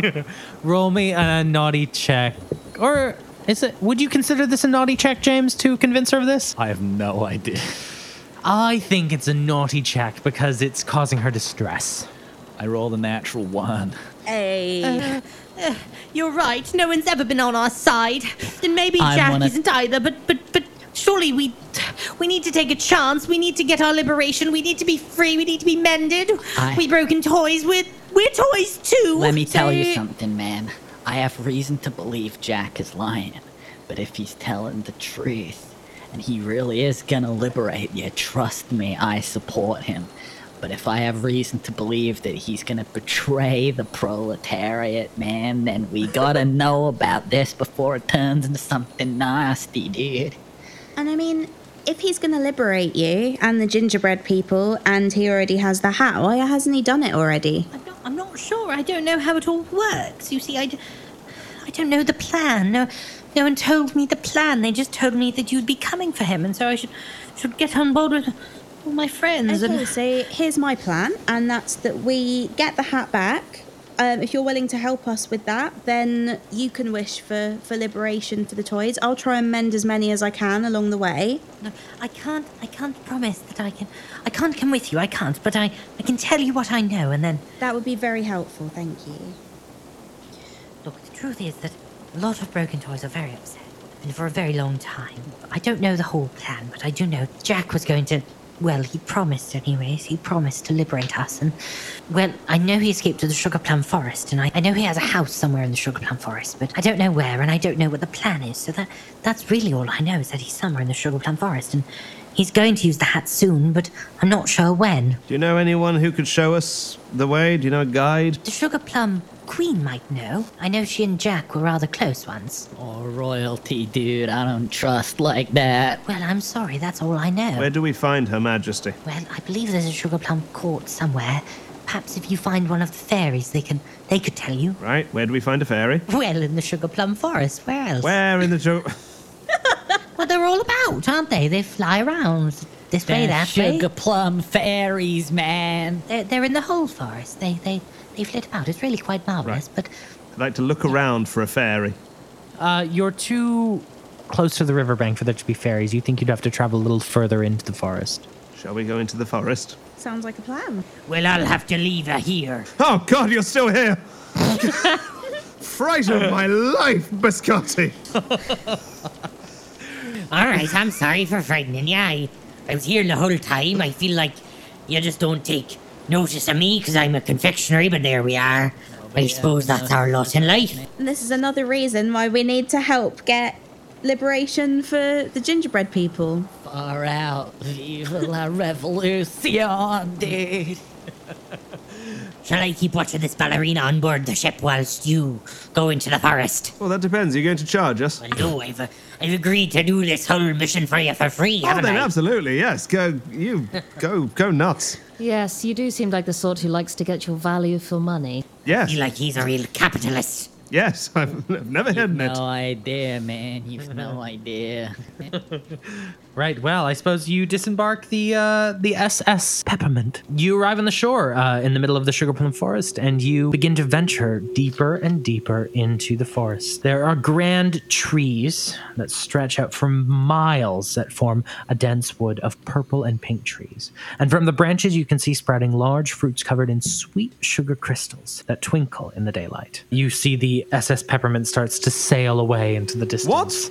Speaker 4: Roll me a naughty check. Or is it would you consider this a naughty check, James, to convince her of this?
Speaker 1: I have no idea.
Speaker 4: I think it's a naughty check because it's causing her distress.
Speaker 1: I rolled a natural one.
Speaker 7: Hey.
Speaker 11: Uh, you're right. No one's ever been on our side. And maybe
Speaker 10: I
Speaker 11: Jack
Speaker 10: wanna-
Speaker 11: isn't either. But but but surely we we need to take a chance. We need to get our liberation. We need to be free. We need to be mended.
Speaker 10: I-
Speaker 11: We broken toys. We're we're toys too.
Speaker 10: Let me tell you
Speaker 11: So-
Speaker 10: something, man. I have reason to believe Jack is lying, but if he's telling the truth, and he really is gonna liberate you, trust me, I support him. But if I have reason to believe that he's gonna betray the proletariat, man, then we gotta know about this before it turns into something nasty, dude.
Speaker 7: And I mean, if he's going to liberate you and the gingerbread people, and he already has the hat, why hasn't he done it already?
Speaker 11: I'm not sure. I don't know how it all works. You see, I, d- I don't know the plan. No, no one told me the plan. They just told me that you'd be coming for him, and so I should should get on board with all my friends.
Speaker 7: Okay,
Speaker 11: and
Speaker 7: so here's my plan, and that's that we get the hat back. Um, if you're willing to help us with that, then you can wish for, for liberation for the toys. I'll try and mend as many as I can along the way.
Speaker 11: No, I can't. I can't promise that I can. I can't come with you. I can't. But I, I can tell you what I know, and then
Speaker 7: that would be very helpful. Thank you.
Speaker 11: Look, the truth is that a lot of broken toys are very upset, and for a very long time. I don't know the whole plan, but I do know Jack was going to. Well, he promised, anyways. He promised to liberate us, and well, I know he escaped to the Sugar Plum Forest, and I, I know he has a house somewhere in the Sugar Plum Forest, but I don't know where, and I don't know what the plan is. So that that's really all I know is that he's somewhere in the Sugar Plum Forest, and he's going to use the hat soon, but I'm not sure when.
Speaker 13: Do you know anyone who could show us the way? Do you know a guide?
Speaker 11: The Sugar Plum Queen might know. I know she and Jack were rather close once.
Speaker 10: Oh, royalty, dude, I don't trust like that.
Speaker 11: Well, I'm sorry, that's all I know.
Speaker 13: Where do we find Her Majesty?
Speaker 11: Well, I believe there's a sugar plum court somewhere. Perhaps if you find one of the fairies, they can they could tell you.
Speaker 13: Right, where do we find a fairy?
Speaker 11: Well, in the sugar plum forest, where else?
Speaker 13: Where in the jo-
Speaker 11: What they're all about, aren't they? They fly around this way,
Speaker 10: They're
Speaker 11: that way.
Speaker 10: sugar plum fairies, man.
Speaker 11: They're, they're in the whole forest. They they they flit about. It's really quite marvelous.
Speaker 13: I'd like to look around for a fairy.
Speaker 4: Uh, you're too close to the riverbank for there to be fairies. You think you'd have to travel a little further into the forest.
Speaker 13: Shall we go into the forest?
Speaker 7: Sounds like a plan.
Speaker 9: Well, I'll have to leave her here.
Speaker 13: Oh God, you're still here! Fright of my life, Biscotti!
Speaker 9: All right, I'm sorry for frightening you. I, I was here the whole time. I feel like you just don't take notice of me because I'm a confectionery, but there we are. I suppose that's our lot in life.
Speaker 7: And this is another reason why we need to help get liberation for the gingerbread people.
Speaker 10: Far out. Viva la revolution, dude.
Speaker 9: Shall I keep watching this ballerina on board the ship whilst you go into the forest?
Speaker 13: Well, that depends. Are you going to charge us?
Speaker 9: Well, no, I've, uh, I've agreed to do this whole mission for you for free,
Speaker 13: Oh,
Speaker 9: haven't
Speaker 13: then
Speaker 9: I?
Speaker 13: absolutely yes. Go, you go, go nuts.
Speaker 6: Yes, you do seem like the sort who likes to get your value for money.
Speaker 13: Yes.
Speaker 9: like he's a real capitalist.
Speaker 13: Yes, I've n- never hidden it.
Speaker 10: No idea, man. You've no idea.
Speaker 4: Right. Well, I suppose you disembark the uh, the SS Peppermint. You arrive on the shore uh, in the middle of the sugar plum forest, and you begin to venture deeper and deeper into the forest. There are grand trees that stretch out for miles that form a dense wood of purple and pink trees, and from the branches you can see sprouting large fruits covered in sweet sugar crystals that twinkle in the daylight. You see the SS Peppermint starts to sail away into the distance. What?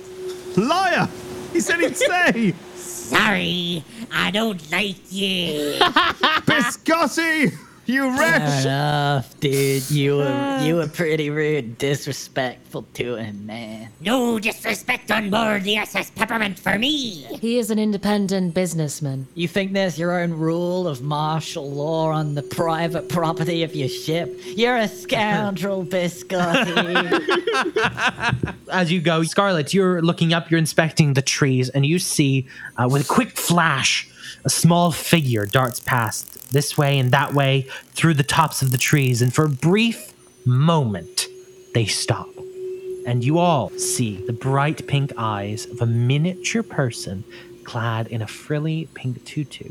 Speaker 13: Liar! He said he'd stay.
Speaker 9: Sorry, I don't like you.
Speaker 13: Biscotti, you
Speaker 10: Fair enough, dude. You were you were pretty rude, disrespectful to him, man.
Speaker 9: no disrespect on board the SS Peppermint for me.
Speaker 6: He is an independent businessman.
Speaker 10: You think there's your own rule of martial law on the private property of your ship? You're a scoundrel, Biscotti.
Speaker 4: as you go, Scarlet, you're looking up, you're inspecting the trees, and you see, uh, with a quick flash, a small figure darts past this way and that way through the tops of the trees. And for a brief moment, they stop. And you all see the bright pink eyes of a miniature person clad in a frilly pink tutu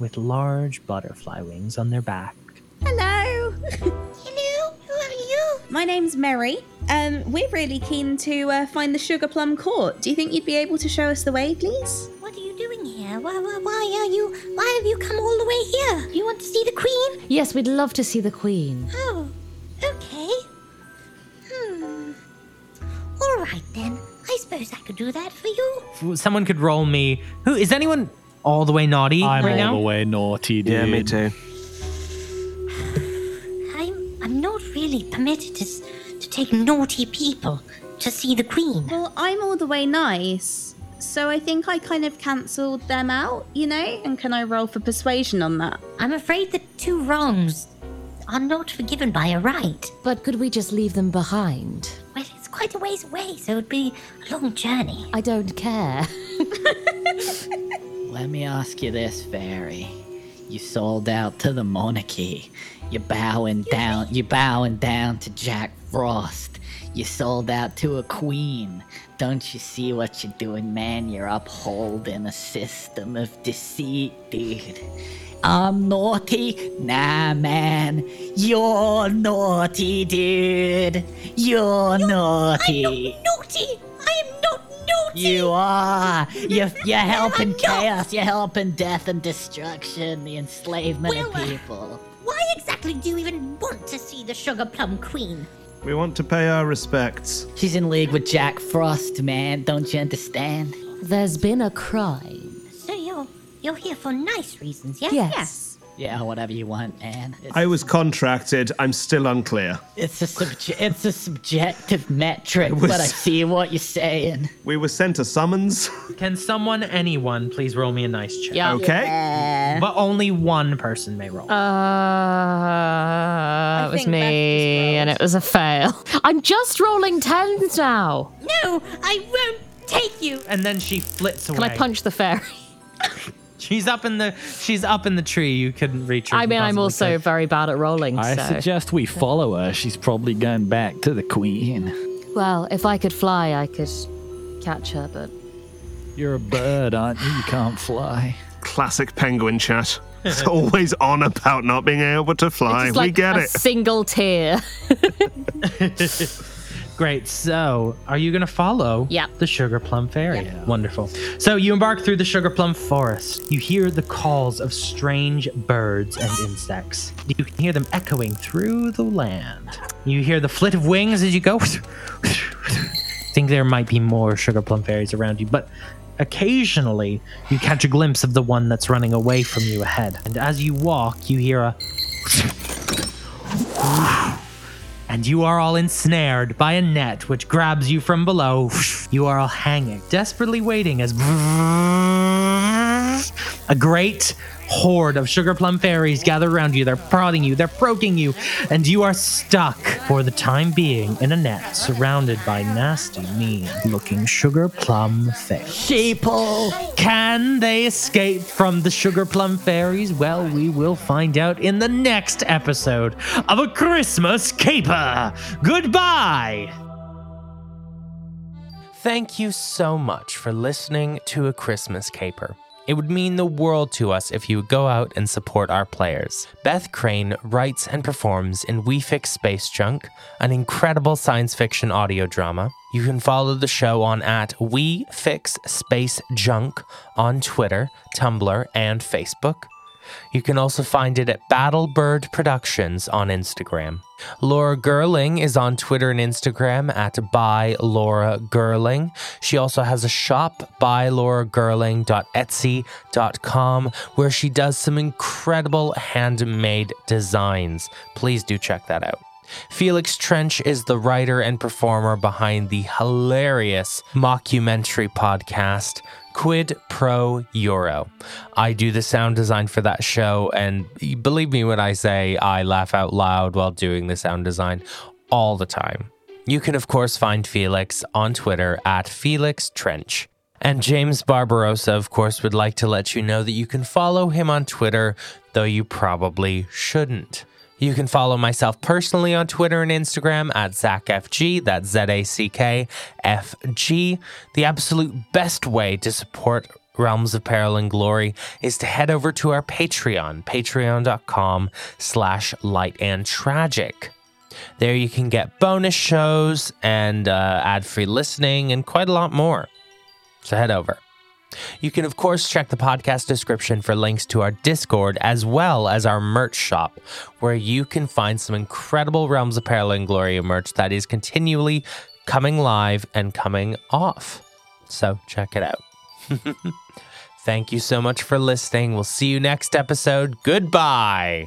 Speaker 4: with large butterfly wings on their back.
Speaker 7: Hello. Hello. Who are you? My name's Mary. Um, we're really keen to uh, find the Sugar Plum Court. Do you think you'd be able to show us the way, please?
Speaker 14: What are you doing here? Why, why, why are you? Why have you come all the way here? You want to see the queen?
Speaker 6: Yes, we'd love to see the Queen.
Speaker 14: Oh, okay. Hmm. All right then. I suppose I could do that for you.
Speaker 4: If someone could roll me. Who is anyone all the way naughty
Speaker 1: I'm
Speaker 4: right
Speaker 1: all
Speaker 4: now?
Speaker 1: the way naughty, dude.
Speaker 13: Yeah, me too.
Speaker 14: I'm I'm not really permitted to s- to take naughty people to see the queen.
Speaker 7: Well, I'm all the way nice, so I think I kind of cancelled them out, you know? And can I roll for persuasion on that?
Speaker 14: I'm afraid that two wrongs are not forgiven by a right.
Speaker 6: But could we just leave them behind?
Speaker 14: Well, it's quite a ways away, so it'd be a long journey.
Speaker 6: I don't care.
Speaker 10: Let me ask you this, fairy. You sold out to the monarchy. You're bowing down. You're bowing down to Jack Frost. You sold out to a queen. Don't you see what you're doing, man? You're upholding a system of deceit, dude. I'm naughty? Nah, man. You're naughty, dude. You're naughty.
Speaker 14: Naughty! I am not
Speaker 10: You are. You're, you're helping chaos. You're helping death and destruction, the enslavement of people.
Speaker 14: Why exactly do you even want to see the Sugar Plum Queen?
Speaker 13: We want to pay our respects.
Speaker 10: She's in league with Jack Frost, man. Don't you understand?
Speaker 6: There's been a crime.
Speaker 14: So you're you're here for nice reasons, yes?
Speaker 6: Yes.
Speaker 10: Yeah, whatever you want, man. It's,
Speaker 13: I was contracted. I'm still unclear.
Speaker 10: it's a subje- it's a subjective metric,
Speaker 13: was-
Speaker 10: but I see what you're saying.
Speaker 13: We were sent a summons.
Speaker 4: Can someone, anyone, please roll me a nice check?
Speaker 10: Yeah. Okay.
Speaker 4: But only one person may roll.
Speaker 6: Uh, it was me, and it was a fail. I'm just rolling tens now.
Speaker 14: No, I won't take you.
Speaker 4: And then she flits away.
Speaker 6: Can I punch the fairy?
Speaker 4: She's up in the she's up in the tree. You couldn't reach her.
Speaker 6: I mean, I'm
Speaker 4: possibly
Speaker 6: also
Speaker 4: could.
Speaker 6: very bad at rolling.
Speaker 1: I
Speaker 6: so.
Speaker 1: suggest we follow her. She's probably going back to the queen.
Speaker 6: Well, if I could fly, I could catch her, but
Speaker 1: You're a bird, aren't you? You can't fly.
Speaker 13: Classic penguin chat. It's always on about not being able to fly.
Speaker 6: just
Speaker 13: we
Speaker 6: like
Speaker 13: get
Speaker 6: a
Speaker 13: it.
Speaker 6: single tear.
Speaker 4: Great. So, are you going to follow
Speaker 6: Yep.
Speaker 4: the Sugar Plum Fairy? Wonderful. So, you embark through the Sugar Plum Forest. You hear the calls of strange birds and insects. You can hear them echoing through the land. You hear the flit of wings as you go. Think there might be more Sugar Plum Fairies around you, but occasionally you catch a glimpse of the one that's running away from you ahead. And as you walk, you hear a and you are all ensnared by a net which grabs you from below. You are all hanging, desperately waiting as
Speaker 15: A great horde of sugar plum fairies gather around you. They're prodding you, they're proking you, and you are stuck for the time being in a net surrounded by nasty, mean looking sugar plum fairies.
Speaker 10: Sheeple!
Speaker 15: Can they escape from the sugar plum fairies? Well, we will find out in the next episode of A Christmas Caper. Goodbye!
Speaker 4: Thank you so much for listening to A Christmas Caper. It would mean the world to us if you would go out and support our players. Beth Crane writes and performs in We Fix Space Junk, an incredible science fiction audio drama. You can follow the show on at We Fix Space Junk on Twitter, Tumblr, and Facebook. You can also find it at Battlebird Productions on Instagram. Laura Gerling is on Twitter and Instagram at by Laura Gerling. She also has a shop by lauragerling.etsy.com where she does some incredible handmade designs. Please do check that out. Felix Trench is the writer and performer behind the hilarious mockumentary podcast Quid Pro Euro. I do the sound design for that show, and believe me when I say I laugh out loud while doing the sound design all the time. You can, of course, find Felix on Twitter at Felix Trench. And James Barbarossa, of course, would like to let you know that you can follow him on Twitter, though you probably shouldn't. You can follow myself personally on Twitter and Instagram at ZachFG, that's Z A C K F G. The absolute best way to support Realms of Peril and Glory is to head over to our Patreon, patreon.com slash light and tragic. There you can get bonus shows and uh, ad-free listening and quite a lot more. So head over. You can, of course, check the podcast description for links to our Discord as well as our merch shop, where you can find some incredible Realms of Peril and Gloria merch that is continually coming live and coming off. So check it out. Thank you so much for listening. We'll see you next episode. Goodbye.